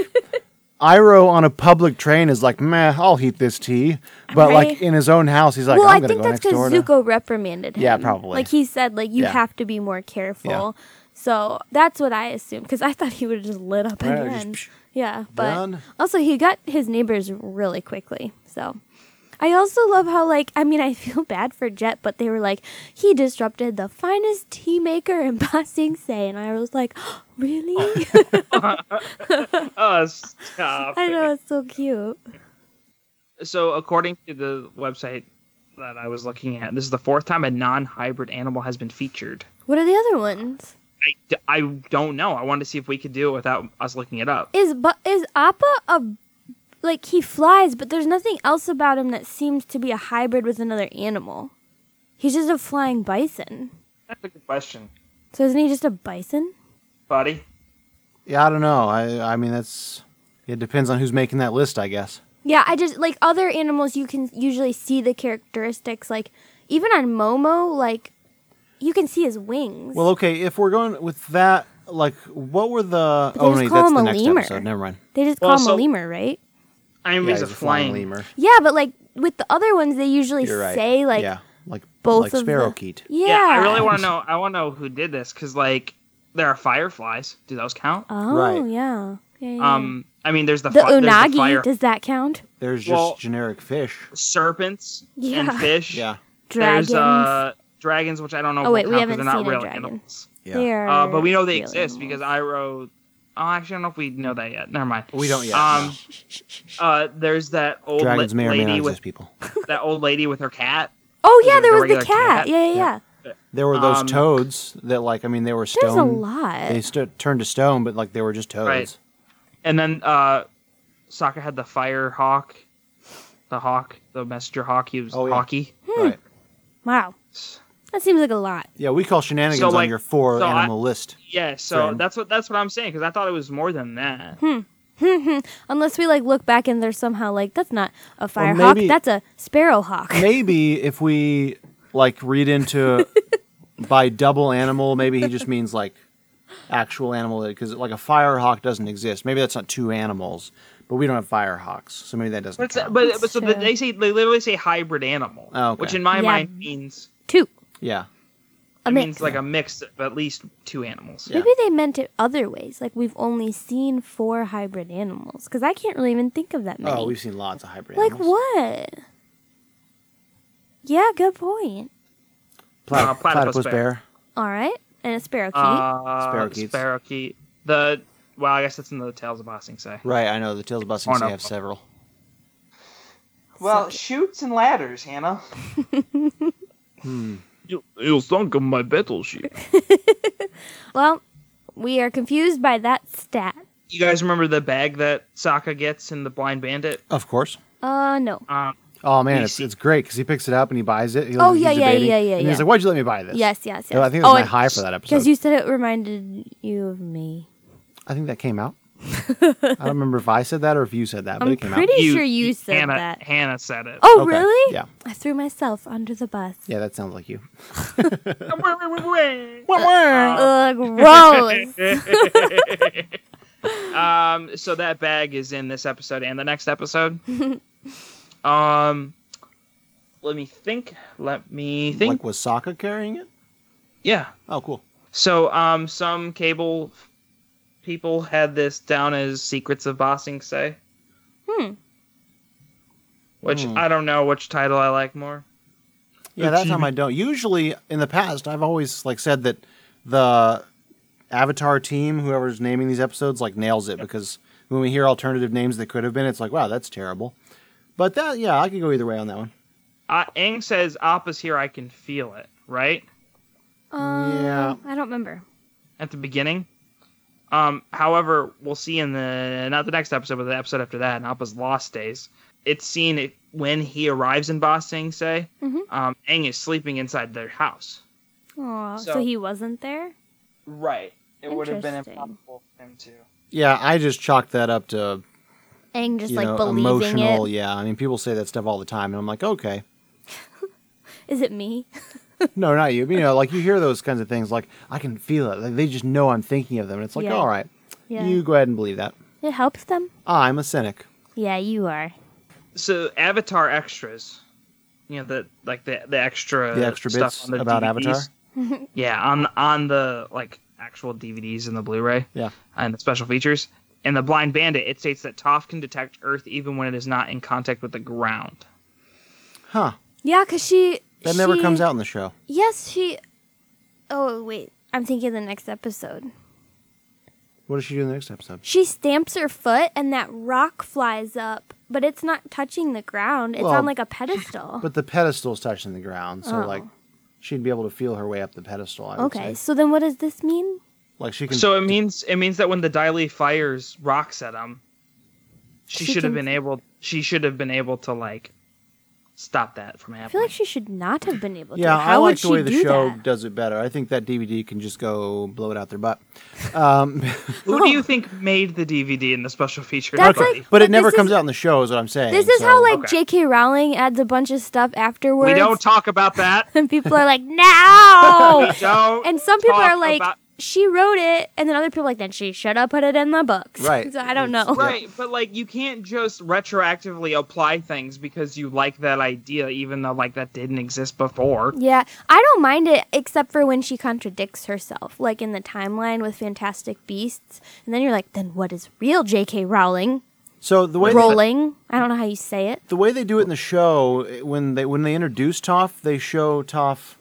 S4: Iro on a public train is like, meh, I'll heat this tea. But like
S3: Right.
S4: in his own house, he's like,
S3: well,
S4: I'm
S3: I
S4: gonna
S3: think
S4: go
S3: that's
S4: next door.
S3: because
S4: to-"
S3: Zuko reprimanded him.
S4: Yeah, probably.
S3: Like he said, like you
S4: Yeah.
S3: have to be more careful. So that's what I assumed because I thought he would have just lit up and
S4: Right, just
S3: run.
S4: psh,
S3: yeah, but
S4: run.
S3: also he got his neighbors really quickly. So I also love how like I mean I feel bad for Jet, but they were like he disrupted the finest tea maker in Pa Sing Se, and I was like, really?
S5: Oh, stop.
S3: I know it's so cute.
S5: so according to the website that I was looking at, this is the fourth time a non-hybrid animal has been featured.
S3: What are the other ones?
S5: I, d- I don't know. I wanted to see if we could do it without us looking it up.
S3: Is but is Appa a like he flies, but there's nothing else about him that seems to be a hybrid with another animal. He's just a flying bison.
S5: That's a good question,
S3: So isn't he just a bison?
S5: buddy.
S4: Yeah, I don't know. I I mean that's it depends on who's making that list, I guess.
S3: Yeah, I just like other animals you can usually see the characteristics like even on Momo like you can see his wings.
S4: Well, okay, if we're going with that, like what were the
S3: But they
S4: Oh
S3: just
S4: wait,
S3: call
S4: that's
S3: him
S4: the
S3: a
S4: next
S3: lemur.
S4: episode. Never mind.
S3: they just call
S5: well,
S3: him a
S5: so-
S3: lemur, right?
S5: I mean,
S4: Yeah,
S5: he's a flying.
S4: lemur.
S3: Yeah, but like with the other ones they usually
S4: You're right.
S3: say like
S4: yeah, like
S3: both
S4: like
S3: of the-
S4: sparrowkeet.
S3: Yeah.
S5: Yeah, I really want to know. I want to know who did this because, like, there are fireflies. Do those count?
S3: Oh,
S4: Right.
S3: yeah. Yeah, yeah.
S5: Um, I mean, there's the,
S3: the
S5: fi- there's the
S3: unagi,
S5: fire
S3: does that count?
S4: There's just
S5: Well-
S4: generic fish.
S5: serpents
S3: Yeah.
S5: and fish.
S4: Yeah.
S3: Dragons.
S5: There's uh dragons, which I don't know.
S3: Oh,
S5: if
S3: wait,
S5: will
S3: we
S5: count 'cause
S3: haven't
S5: they're not
S3: seen a
S5: real
S3: dragon.
S5: animals.
S4: Yeah.
S3: They are
S5: Uh, but we know they
S3: real
S5: exist
S3: animals.
S5: because Iroh. Oh, actually, I don't know if we know that yet. Never mind.
S4: We don't yet.
S5: Um,
S4: no.
S5: uh, there's that old la-
S4: Dragons may or may not
S5: lady
S4: exist,
S5: with
S4: people.
S5: that old lady with her cat.
S3: Oh yeah,
S5: There's
S3: there
S5: a
S3: was the
S5: regular
S3: cat.
S5: cat.
S3: Yeah, yeah, yeah.
S4: There were those
S5: Um,
S4: toads that, like, I mean, they were stone.
S3: There's a lot.
S4: They stu- turned to stone, but like they were just toads.
S5: Right. And then uh, Sokka had the fire hawk, the hawk, the messenger hawk. He was
S4: Oh, yeah.
S5: hockey.
S3: Hmm.
S4: Right.
S3: Wow, that seems like a lot.
S4: Yeah, we call shenanigans
S5: So,
S4: on
S5: like-
S4: your four
S5: so I-
S4: animal list.
S5: Yeah, so
S4: Friend.
S5: that's what that's what I'm saying because I thought it was more than that.
S3: Hmm. Unless we like look back and there's somehow like that's not a firehawk,
S4: maybe-
S3: that's a sparrowhawk.
S4: Maybe if we like read into by double animal, maybe he just means like actual animal because like a firehawk doesn't exist. Maybe that's not two animals, but we don't have firehawks, so maybe that doesn't.
S5: But it's-
S4: count.
S5: but, but so
S3: true.
S5: they say they literally say hybrid animal,
S4: Oh, okay.
S5: which in my
S3: Yeah.
S5: mind means
S3: Two.
S4: yeah,
S3: A
S5: it
S3: mix.
S5: means like a mix of at least two animals.
S4: Yeah.
S3: Maybe they meant it other ways. Like we've only seen four hybrid animals because I can't really even think of that many.
S4: oh, we've seen lots of hybrid.
S3: like
S4: animals.
S3: what? Yeah, good point.
S4: Pla-
S5: Uh, platypus
S4: platypus
S5: bear.
S4: bear.
S3: All right, and a sparrowkeet.
S5: Uh,
S4: Sparrowkeets.
S5: Sparrowkeet. The well, I guess that's in the Tales of Bossing Say.
S4: Right, I know the tales of busting.
S5: Or
S4: Sea
S5: no.
S4: have several.
S5: Well, shoots and ladders, Hannah. hmm. You, you'll sunk of my battleship.
S3: well, we are confused by that stat.
S5: You guys remember the bag that Sokka gets in the Blind Bandit?
S4: Of course.
S3: Uh, no.
S5: Um,
S4: Oh man,
S5: You
S4: it's,
S5: see-
S4: it's great because he picks it up and he buys it. He-
S3: Oh,
S4: he's
S3: yeah, yeah,
S4: debating,
S3: yeah, yeah,
S4: And
S3: yeah.
S4: he's like, "Why'd you let me buy this?"
S3: Yes, yes, yes.
S4: Oh, I think that was
S3: Oh,
S4: my
S3: and-
S4: high for that episode.
S3: Because you said it reminded you of me.
S4: I think that came out. I don't remember if I said that or if you said that, but
S3: I'm
S4: it came
S3: pretty
S4: out.
S3: sure you uh, said
S5: Hannah,
S3: that.
S5: Hannah said it.
S3: Oh,
S4: Okay,
S3: really?
S4: yeah.
S3: I threw myself under the bus.
S4: Yeah, that sounds like you.
S3: Ugh, Uh, gross.
S5: Um, so that bag is in this episode and the next episode. um, let me think. Let me think.
S4: Like, was Sokka carrying it?
S5: yeah.
S4: Oh, cool.
S5: So, um, some cable people had this down as secrets of bossing say.
S3: Hmm.
S5: Which
S4: Hmm.
S5: I don't know which title I like more.
S4: Yeah, that time I don't. Usually, in the past, I've always like said that the Avatar team, whoever's naming these episodes, like nails it because when we hear alternative names that could have been, it's like, wow, that's terrible. But that, yeah, I could go either way on that one.
S5: Uh, Aang says, Appa's here, I can feel it, right?
S3: Um,
S4: Yeah.
S3: I don't remember.
S5: At the beginning. Um, however, we'll see in the, not the next episode, but the episode after that, in Appa's Lost Days, it's seen it, when he arrives in Ba Sing Se,
S3: Mhm.
S5: um, Aang is sleeping inside their house.
S3: Aw, so,
S5: So-
S3: he wasn't there?
S5: Right. It
S3: would have been Interesting. impossible
S5: for him to.
S4: Yeah, I just chalked that up to
S3: Aang just
S4: you
S3: like
S4: know
S3: believing
S4: emotional.
S3: it.
S4: Yeah, I mean people say that stuff all the time, and I'm like, okay,
S3: Is it me?
S4: no, not you. But, you know, like you hear those kinds of things, like I can feel it. Like they just know I'm thinking of them, and it's like,
S3: Yeah.
S4: all right,
S3: Yeah.
S4: you go ahead and believe that.
S3: It helps them?
S4: Ah, I'm a cynic.
S3: Yeah, you are.
S5: So Avatar extras, you know the like the the extra
S4: The extra
S5: stuff
S4: bits
S5: on the
S4: about
S5: DVDs. yeah, on on the like actual DVDs and the Blu-ray
S4: Yeah,
S5: and the special features. In the Blind Bandit, it states that Toph can detect Earth even when it is not in contact with the ground.
S4: huh?
S3: Yeah, because she.
S4: That never
S3: she-
S4: comes out in the show.
S3: Yes, she. Oh, wait. I'm thinking the next episode.
S4: What does she do in the next episode?
S3: She stamps her foot and that rock flies up, but it's not touching the ground. It's
S4: Well,
S3: on like a pedestal.
S4: But the pedestal's touching the ground, so
S3: Oh.
S4: like she'd be able to feel her way up the pedestal. I would
S3: okay,
S4: say.
S3: so then what does this mean?
S4: like she can.
S5: So it means it means that when the Daily fires rocks at him, she,
S3: She
S5: should have
S3: can-
S5: been able. She should have been able to like stop that from
S3: I feel
S5: happening.
S3: like she should not have been able to.
S4: yeah,
S3: How
S4: I
S3: would
S4: like the
S3: she
S4: way the
S3: do
S4: show
S3: that?
S4: does it better. I think that DVD can just go blow it out their butt.
S5: Who do you think made the DVD and the special feature?
S3: That's
S5: Nobody.
S3: like-
S4: But, it
S3: But
S4: never
S3: this
S4: comes
S3: is-
S4: out in the show, is what I'm saying.
S3: This is
S4: so-
S3: how like
S5: Okay.
S3: J.K. Rowling adds a bunch of stuff afterwards.
S5: we don't talk about that.
S3: and people are like, no.
S5: Don't
S3: and some people
S5: talk
S3: are like,
S5: about-
S3: she wrote it, and then other people are like, then she should have put it in the books.
S4: Right.
S3: so I don't
S4: It's-
S3: know.
S5: Right, but like you can't just retroactively apply things because you like that idea, even though like that didn't exist before.
S3: Yeah, I don't mind it except for when she contradicts herself, like in the timeline with Fantastic Beasts. And then you're like, then what is real J.K. Rowling?
S4: So the way
S3: Rolling? I don't know how you say it.
S4: the way they do it in the show it- when they when they introduce Toph, they show Toph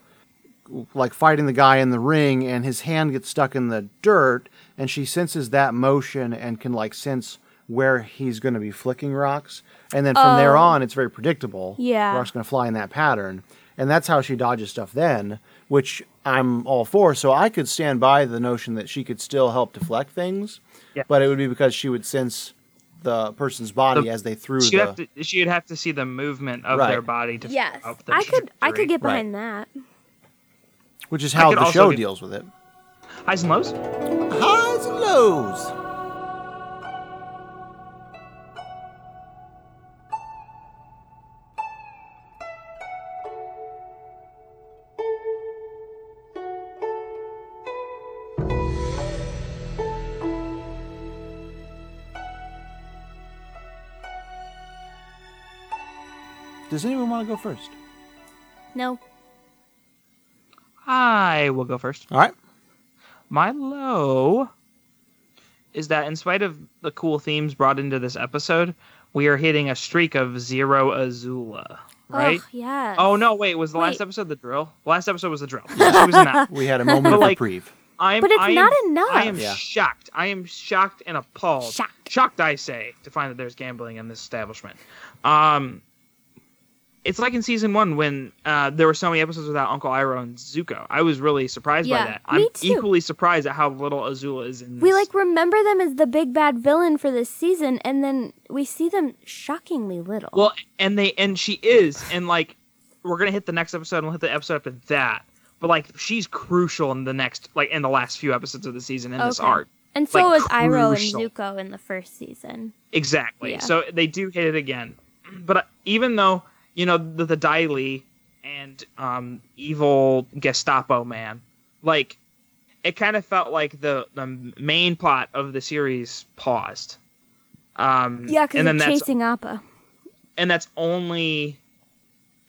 S4: like fighting the guy in the ring, and his hand gets stuck in the dirt, and she senses that motion and can like sense where he's going to be flicking rocks, and then from there on, it's very predictable.
S3: Yeah.
S4: rocks going to fly in that pattern, and that's how she dodges stuff then, which I'm all for. So I could stand by the notion that she could still help deflect things,
S5: Yeah.
S4: but it would be because she would sense the person's body
S5: The-
S4: as they threw
S5: She'd
S4: the
S5: have to, she'd have to see the movement of
S4: Right.
S5: their body to.
S3: Yes,
S5: figure out the
S3: I could I could get
S5: trajectory.
S3: behind that.
S4: which is
S5: I
S4: how
S5: could
S4: the
S5: also
S4: show
S5: get-
S4: deals with it.
S5: highs and lows.
S4: Highs and lows. Does anyone want to go first?
S3: No,
S5: I will go first.
S4: All right.
S5: My low is that in spite of the cool themes brought into this episode, we are hitting a streak of zero Azula. Right?
S3: Ugh, yes.
S5: Oh no! Wait, was the last
S3: Wait.
S5: episode the drill? The last episode was the drill. She was not.
S4: We had a moment of
S5: But, like,
S4: reprieve.
S5: I'm,
S3: But it's
S5: I am-
S3: not enough.
S5: I am
S4: Yeah.
S5: shocked. I am shocked and appalled.
S3: Shocked.
S5: Shocked, I say, to find that there's gambling in this establishment. Um, it's like in season one when uh, there were so many episodes without Uncle Iroh and Zuko. I was really surprised
S3: Yeah,
S5: by that.
S3: me
S5: I'm
S3: too.
S5: equally surprised at how little Azula is in. This.
S3: We like remember them as the big bad villain for this season, and then we see them shockingly little.
S5: Well, and they and she is, and like we're gonna hit the next episode and we'll hit the episode after that. But like she's crucial in the next, like in the last few episodes of the season in this
S3: Okay.
S5: arc.
S3: and so
S5: like,
S3: was Iroh
S5: crucial.
S3: and Zuko in the first season.
S5: Exactly.
S3: Yeah.
S5: So they do hit it again. But uh, even though, you know, the, the Dai Li and um, evil Gestapo man, like, it kind of felt like the, the main plot of the series paused. Um,
S3: Yeah, because
S5: and then
S3: they're
S5: that's
S3: chasing Appa.
S5: and that's only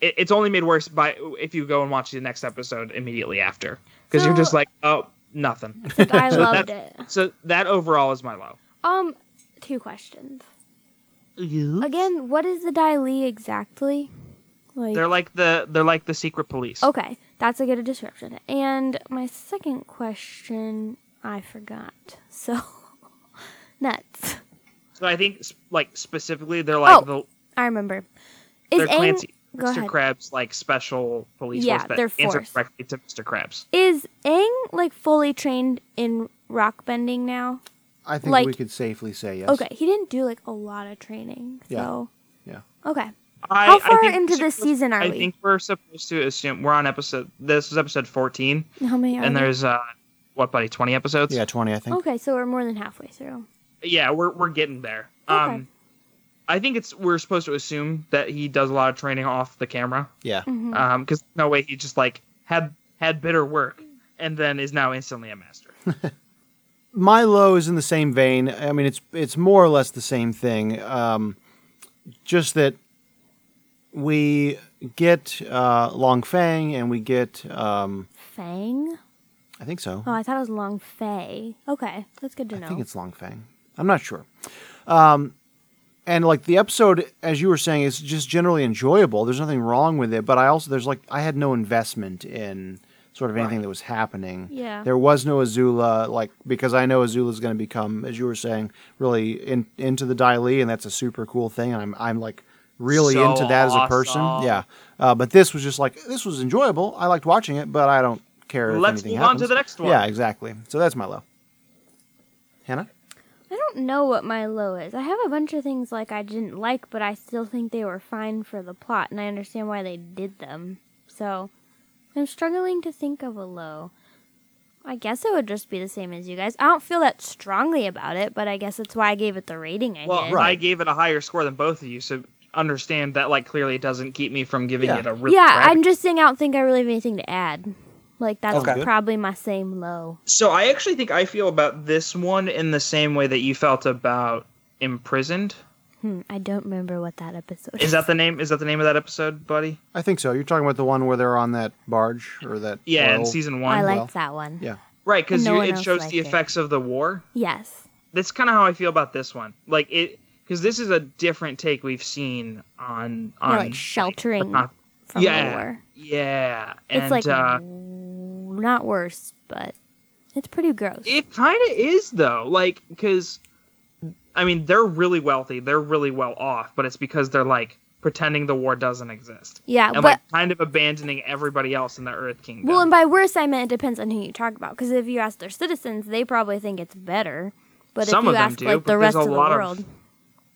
S5: it, it's only made worse by if you go and watch the next episode immediately after because you're
S3: So-
S5: just like, oh, nothing.
S3: Like, I loved it.
S5: that's- so that overall is my low.
S3: Um, two questions. Again, what is the Dai Li exactly? Like,
S5: They're like the they're like the secret police.
S3: okay, that's a good description. And my second question, I forgot. So, nuts.
S5: So I think s- like specifically they're like
S3: Oh,
S5: the
S3: I remember. Is
S5: they're
S3: Aang-
S5: Clancy
S3: Go
S5: Mr.
S3: ahead.
S5: Krabs like special police
S3: Yeah,
S5: force that
S3: they're
S5: answer
S3: force.
S5: directly to Mr. Krabs.
S3: Is Aang like fully trained in rock bending now?
S4: I think
S3: Like-
S4: we could safely say yes.
S3: Okay, he didn't do like a lot of training.
S4: Yeah.
S3: So
S4: Yeah.
S3: okay.
S5: I,
S3: How
S5: I
S3: far
S5: think
S3: into
S5: we're
S3: this
S5: supposed-
S3: season are
S5: I
S3: we?
S5: think we're supposed to assume we're on episode. This is episode fourteen,
S3: How many are
S5: and
S3: there?
S5: there's uh, what buddy, twenty episodes.
S4: Yeah, 20, I think.
S3: Okay, so we're more than halfway through.
S5: yeah, we're we're getting there.
S3: Okay.
S5: Um, I think it's we're supposed to assume that he does a lot of training off the camera.
S4: Yeah.
S3: Mm-hmm.
S5: Um 'cause because no way he just like had had bitter work and then is now instantly a master.
S4: Milo is in the same vein. I mean, it's it's more or less the same thing. Um, just that we get uh, Long Fang and we get um,
S3: Fang?
S4: I think so.
S3: Oh, I thought it was Long Fei. Okay, that's good to know.
S4: I think it's Long Fang. I'm not sure. Um, and like the episode, as you were saying, is just generally enjoyable. There's nothing wrong with it, but I also there's like I had no investment in sort of anything that was happening.
S3: Yeah.
S4: there was no Azula like because I know Azula's going to become, as you were saying, really in, into the Dai and that's a super cool thing. And I'm I'm like really
S5: So
S4: into that as a person.
S5: awesome.
S4: Yeah, uh, but this was just like this was enjoyable. I liked watching it, but I don't care. if
S5: Let's
S4: anything
S5: move on to
S4: happens.
S5: the next one.
S4: Yeah, exactly. So that's my low. Hannah.
S3: I don't know what my low is. I have a bunch of things like I didn't like, but I still think they were fine for the plot, and I understand why they did them. So I'm struggling to think of a low. I guess it would just be the same as you guys. I don't feel that strongly about it, but I guess that's why I gave it the rating I
S5: Well,
S3: did.
S5: I
S4: Right.
S5: gave it a higher score than both of you, so understand that like clearly it doesn't keep me from giving
S4: Yeah.
S5: it a really
S3: Yeah,
S5: crap-
S3: I'm just saying I don't think I really have anything to add. Like that's
S4: Okay.
S3: probably my same low.
S5: So I actually think I feel about this one in the same way that you felt about imprisoned.
S3: Hmm, I don't remember what that episode
S5: Is that the name? Is that the name of that episode, buddy?
S4: I think so. You're talking about the one where they're on that barge or that.
S5: Yeah, in
S4: oil-
S5: season one,
S3: I
S4: well.
S3: liked that one.
S4: Yeah.
S5: right? Because
S3: No one
S5: it
S3: else
S5: shows
S3: liked
S5: the
S3: it.
S5: effects of the war.
S3: Yes.
S5: That's kind of how I feel about this one. Like it, because this is a different take we've seen on on
S3: Or like sheltering
S5: uh,
S3: from
S5: yeah,
S3: the war.
S5: yeah, and
S3: It's like
S5: uh,
S3: w- not worse, but it's pretty gross.
S5: it kind of is though. Like because, I mean, they're really wealthy. They're really well off, but it's because they're like pretending the war doesn't exist.
S3: yeah,
S5: and
S3: but
S5: like kind of abandoning everybody else in the Earth Kingdom.
S3: Uh, well, and by worse I meant it depends on who you talk about. Because if you ask their citizens, they probably think it's better. But
S5: Some
S3: if you
S5: of them
S3: ask
S5: do,
S3: like
S5: but
S3: the
S5: there's
S3: rest
S5: a
S3: of the
S5: lot of-
S3: world,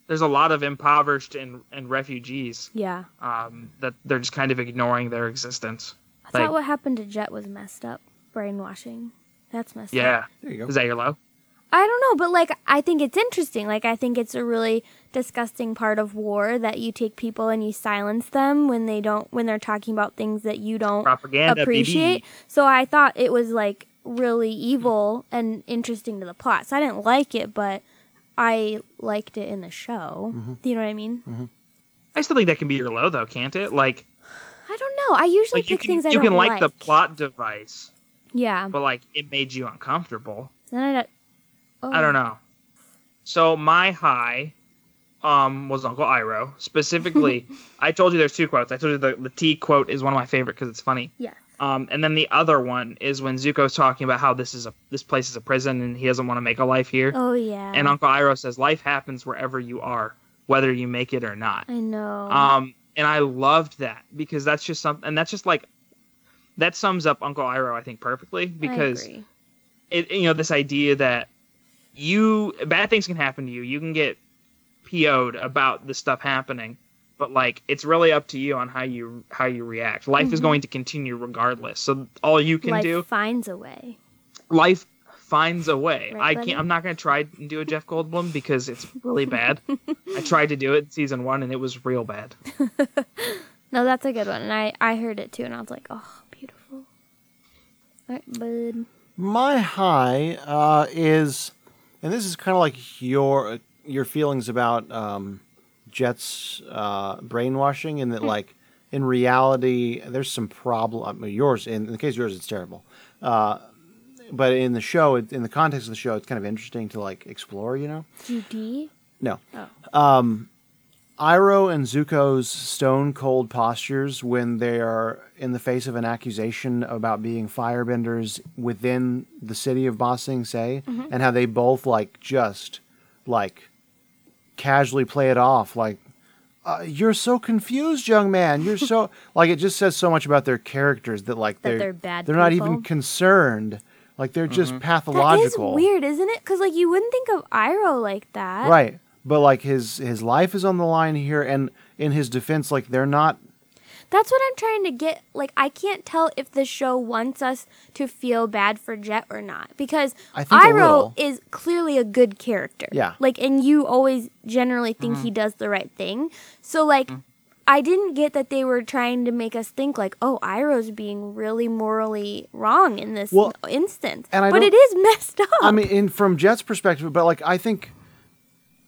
S5: There's a lot of impoverished and, and refugees
S3: yeah,
S5: um, that they're just kind of ignoring their existence.
S3: I
S5: Like-
S3: thought what happened to Jet was messed up, brainwashing. That's messed up.
S5: Yeah,
S4: There you
S5: is
S4: go.
S5: that your low?
S3: I don't know, but like I think it's interesting. Like I think it's a really disgusting part of war that you take people and you silence them when they don't when they're talking about things that you don't
S5: Propaganda,
S3: appreciate.
S5: baby.
S3: So I thought it was like really evil and interesting to the plot. So I didn't like it, but I liked it in the show. Do you know what I mean?
S5: I still think that can be your low though, can't it? Like,
S3: I don't know. I usually
S5: like you
S3: pick
S5: can
S3: things I
S5: you
S3: don't
S5: can like,
S3: like.
S5: the plot device,
S3: Yeah.
S5: but like it made you uncomfortable.
S3: Then I don't. oh,
S5: I don't know. So my high um was Uncle Iro. Specifically, I told you there's two quotes. I told you the, the T quote is one of my favorite because it's funny.
S3: Yeah.
S5: Um, and then the other one is when Zuko's talking about how this is a this place is a prison and he doesn't want to make a life here.
S3: Oh yeah.
S5: And Uncle Iro says, "Life happens wherever you are, whether you make it or not."
S3: I know.
S5: Um, and I loved that because that's just something, and that's just like that sums up Uncle Iro, I think, perfectly
S3: I
S5: because
S3: agree.
S5: it, you know this idea that you bad things can happen to you. You can get PO'd about the stuff happening, but like it's really up to you on how you how you react. Life
S3: Mm-hmm.
S5: is going to continue regardless. So all you can
S3: life
S5: do,
S3: finds a way.
S5: life finds a way.
S3: Right,
S5: I
S3: Lenny?
S5: can't. I'm not going to try and do a Jeff Goldblum because it's really bad. I tried to do it in season one and it was real bad.
S3: No, that's a good one. And I, I heard it too, and I was like, oh, beautiful. All right, bud.
S4: My high uh, is, and this is kind of like your your feelings about um, Jet's uh, brainwashing, and that like in reality, there's some problem. I mean, yours in, the case of yours, it's terrible. Uh, but in the show, it, in the context of the show, it's kind of interesting to like explore. You know,
S3: GD?
S4: no. Um,
S3: Oh.
S4: Iro and Zuko's stone cold postures when they are in the face of an accusation about being firebenders within
S3: Mm-hmm.
S4: the city of Ba Sing Se, and how they both like just like casually play it off like uh, you're so confused young man you're so like it just says so much about their characters that like
S3: That
S4: they're
S3: they're bad
S4: they're not even
S3: people. Mm-hmm.
S4: concerned like they're just
S3: That is
S4: pathological
S3: weird, isn't it? Because like you wouldn't think of Iroh like that.
S4: right but like his his life is on the line here and in his defense like they're not
S3: That's what I'm trying to get. Like, I can't tell if the show wants us to feel bad for Jet or not because
S4: I think a little.
S3: Iroh is clearly a good character.
S4: Yeah.
S3: Like, and you always generally think he does the right thing. So, like, I didn't get that they were trying to make us think like, oh, Iroh's being really morally wrong in this
S4: Well,
S3: instance.
S4: and I
S3: but it
S4: don't-
S3: is messed up.
S4: I mean, in from Jet's perspective, but like I think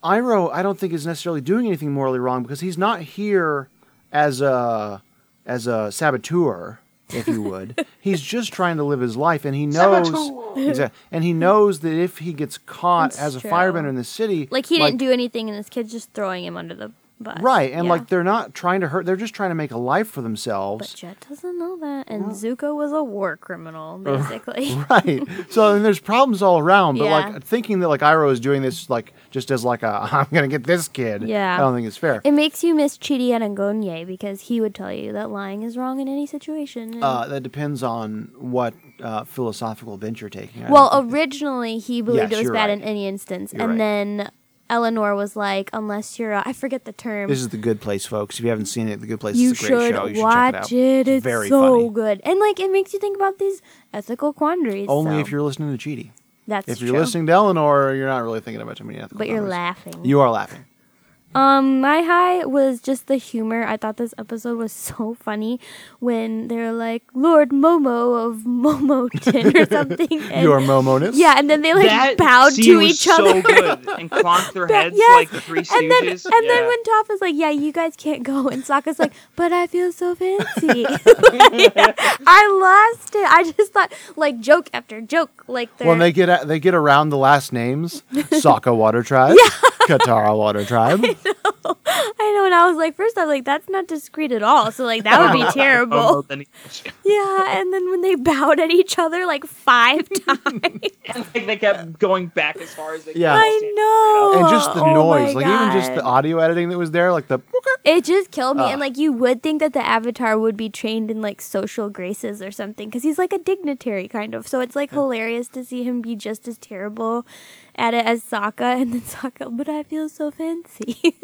S4: Iroh, I don't think is necessarily doing anything morally wrong because he's not here as a as a saboteur, if you would. he's just trying to live his life, and he knows, Exa- and he knows that if he gets caught
S3: That's
S4: as a
S3: true.
S4: firebender in the city,
S3: like he didn't do anything, and this kid's just throwing him under the bus.
S4: right, and
S3: Yeah.
S4: like they're not trying to hurt; they're just trying to make a life for themselves.
S3: But Jet doesn't know that, and Zuko was a war criminal, basically.
S4: right. So and there's problems all around, but
S3: Yeah.
S4: like thinking that like Iroh is doing this like just as like a I'm gonna get this kid.
S3: Yeah.
S4: I don't think it's fair.
S3: It makes you miss Chidi Anangonye because he would tell you that lying is wrong in any situation. and-
S4: Uh, that depends on what uh, philosophical bent you're taking. I
S3: well,
S4: don't think-
S3: originally he believed
S4: Yes,
S3: it was
S4: you're
S3: bad
S4: right.
S3: in any instance,
S4: You're
S3: and
S4: right.
S3: then Eleanor was like, "Unless you're, a, I forget the term.
S4: this is the Good Place, folks. If you haven't seen it, the Good Place
S3: oh, you
S4: is a great
S3: should
S4: show. You should check it out.
S3: watch it. It's
S4: very
S3: so
S4: funny.
S3: good, and like it makes you think about these ethical quandaries.
S4: Only
S3: so
S4: if you're listening to Chidi.
S3: that's
S4: If you're
S3: true.
S4: listening to Eleanor, you're not really thinking about too many ethical.
S3: but you're
S4: boundaries.
S3: laughing.
S4: You are laughing.
S3: Um, my high was just the humor. I thought this episode was so funny when they're like Lord Momo of Momotin or something. and-
S4: You are Momonus.
S3: Yeah, and then they like
S5: that
S3: bowed
S5: scene
S3: to
S5: was
S3: each
S5: so
S3: other.
S5: good and clonked their
S3: Ba-
S5: heads
S3: yes,
S5: like the Three Stooges.
S3: And then, and
S5: Yeah.
S3: then when Toph is like, "Yeah, you guys can't go," and Sokka's like, "But I feel so fancy." Like, I lost it. I just thought like joke after joke, like they're
S4: When they get a- they get around the last names, Sokka Water Tribe, Katara Water Tribe.
S3: I know, and I was like, first I was like, that's not discreet at all. So like that would be
S5: Oh,
S3: terrible.
S5: then he-
S3: yeah, and then when they bowed at each other like five times,
S5: like they kept going back as far as they
S4: Yeah.
S5: could.
S3: I know.
S4: and just the
S3: Oh my
S4: noise, like even just the
S3: God.
S4: audio editing that was there, like the
S3: It just killed me.
S4: Ugh.
S3: And like you would think that the avatar would be trained in like social graces or something cuz he's like a dignitary kind of. So it's like hilarious to see him be just as terrible at it as Sokka and then Sokka, but I feel so fancy.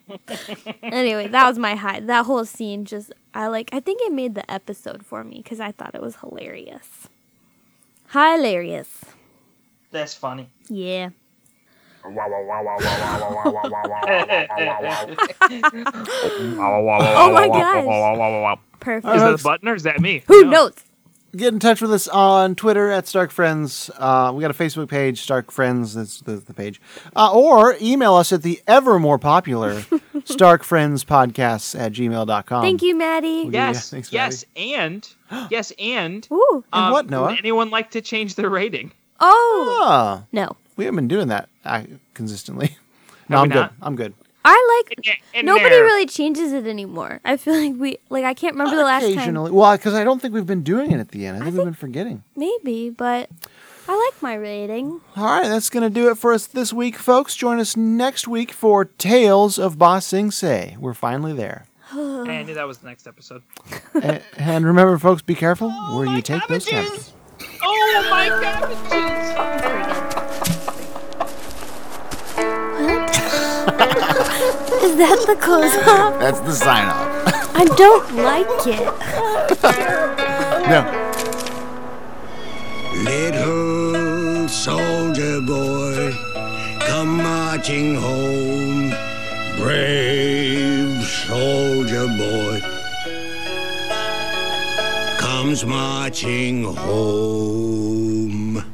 S3: anyway, that was my high. That whole scene just I like I think it made the episode for me cuz I thought it was hilarious. Hilarious.
S5: That's funny.
S3: Yeah. Oh my gosh. Perfect.
S5: Is that the button or is that me?
S3: Who
S5: No.
S3: knows?
S4: get in touch with us on Twitter at Stark Friends. Uh, we got a Facebook page, Stark Friends. That's the, the page. Uh, or email us at the ever more popular Stark Friends Podcasts at gmailcom
S3: Thank you, Maddie.
S4: Yeah.
S5: Yes.
S4: thanks,
S5: yes, and yes, and.
S3: Ooh.
S4: And
S5: um,
S4: what, Noah?
S5: Would anyone like to change their rating?
S3: Oh
S4: Ah,
S3: no,
S4: we haven't been doing that uh, consistently. No,
S5: Have
S4: I'm
S5: we
S4: good.
S5: not?
S4: I'm good.
S3: I like.
S5: Eh, eh,
S3: Nobody
S5: nah.
S3: really changes it anymore. I feel like we like I can't remember the last time.
S4: Occasionally, well, because I don't think we've been doing it at the end. I think, we've
S3: think-
S4: been forgetting.
S3: Maybe, but I like my rating.
S4: All right, that's going to do it for us this week, folks. Join us next week for Tales of Ba Sing Se. We're finally there.
S5: Eh, I knew that was the next episode.
S4: and, and remember, folks, be careful where you take those steps.
S5: Oh my cabbages!
S3: Is that the close up?
S4: That's the sign off.
S3: I don't like it.
S4: No.
S1: Little soldier boy, come marching home, brave soldier boy, comes marching home.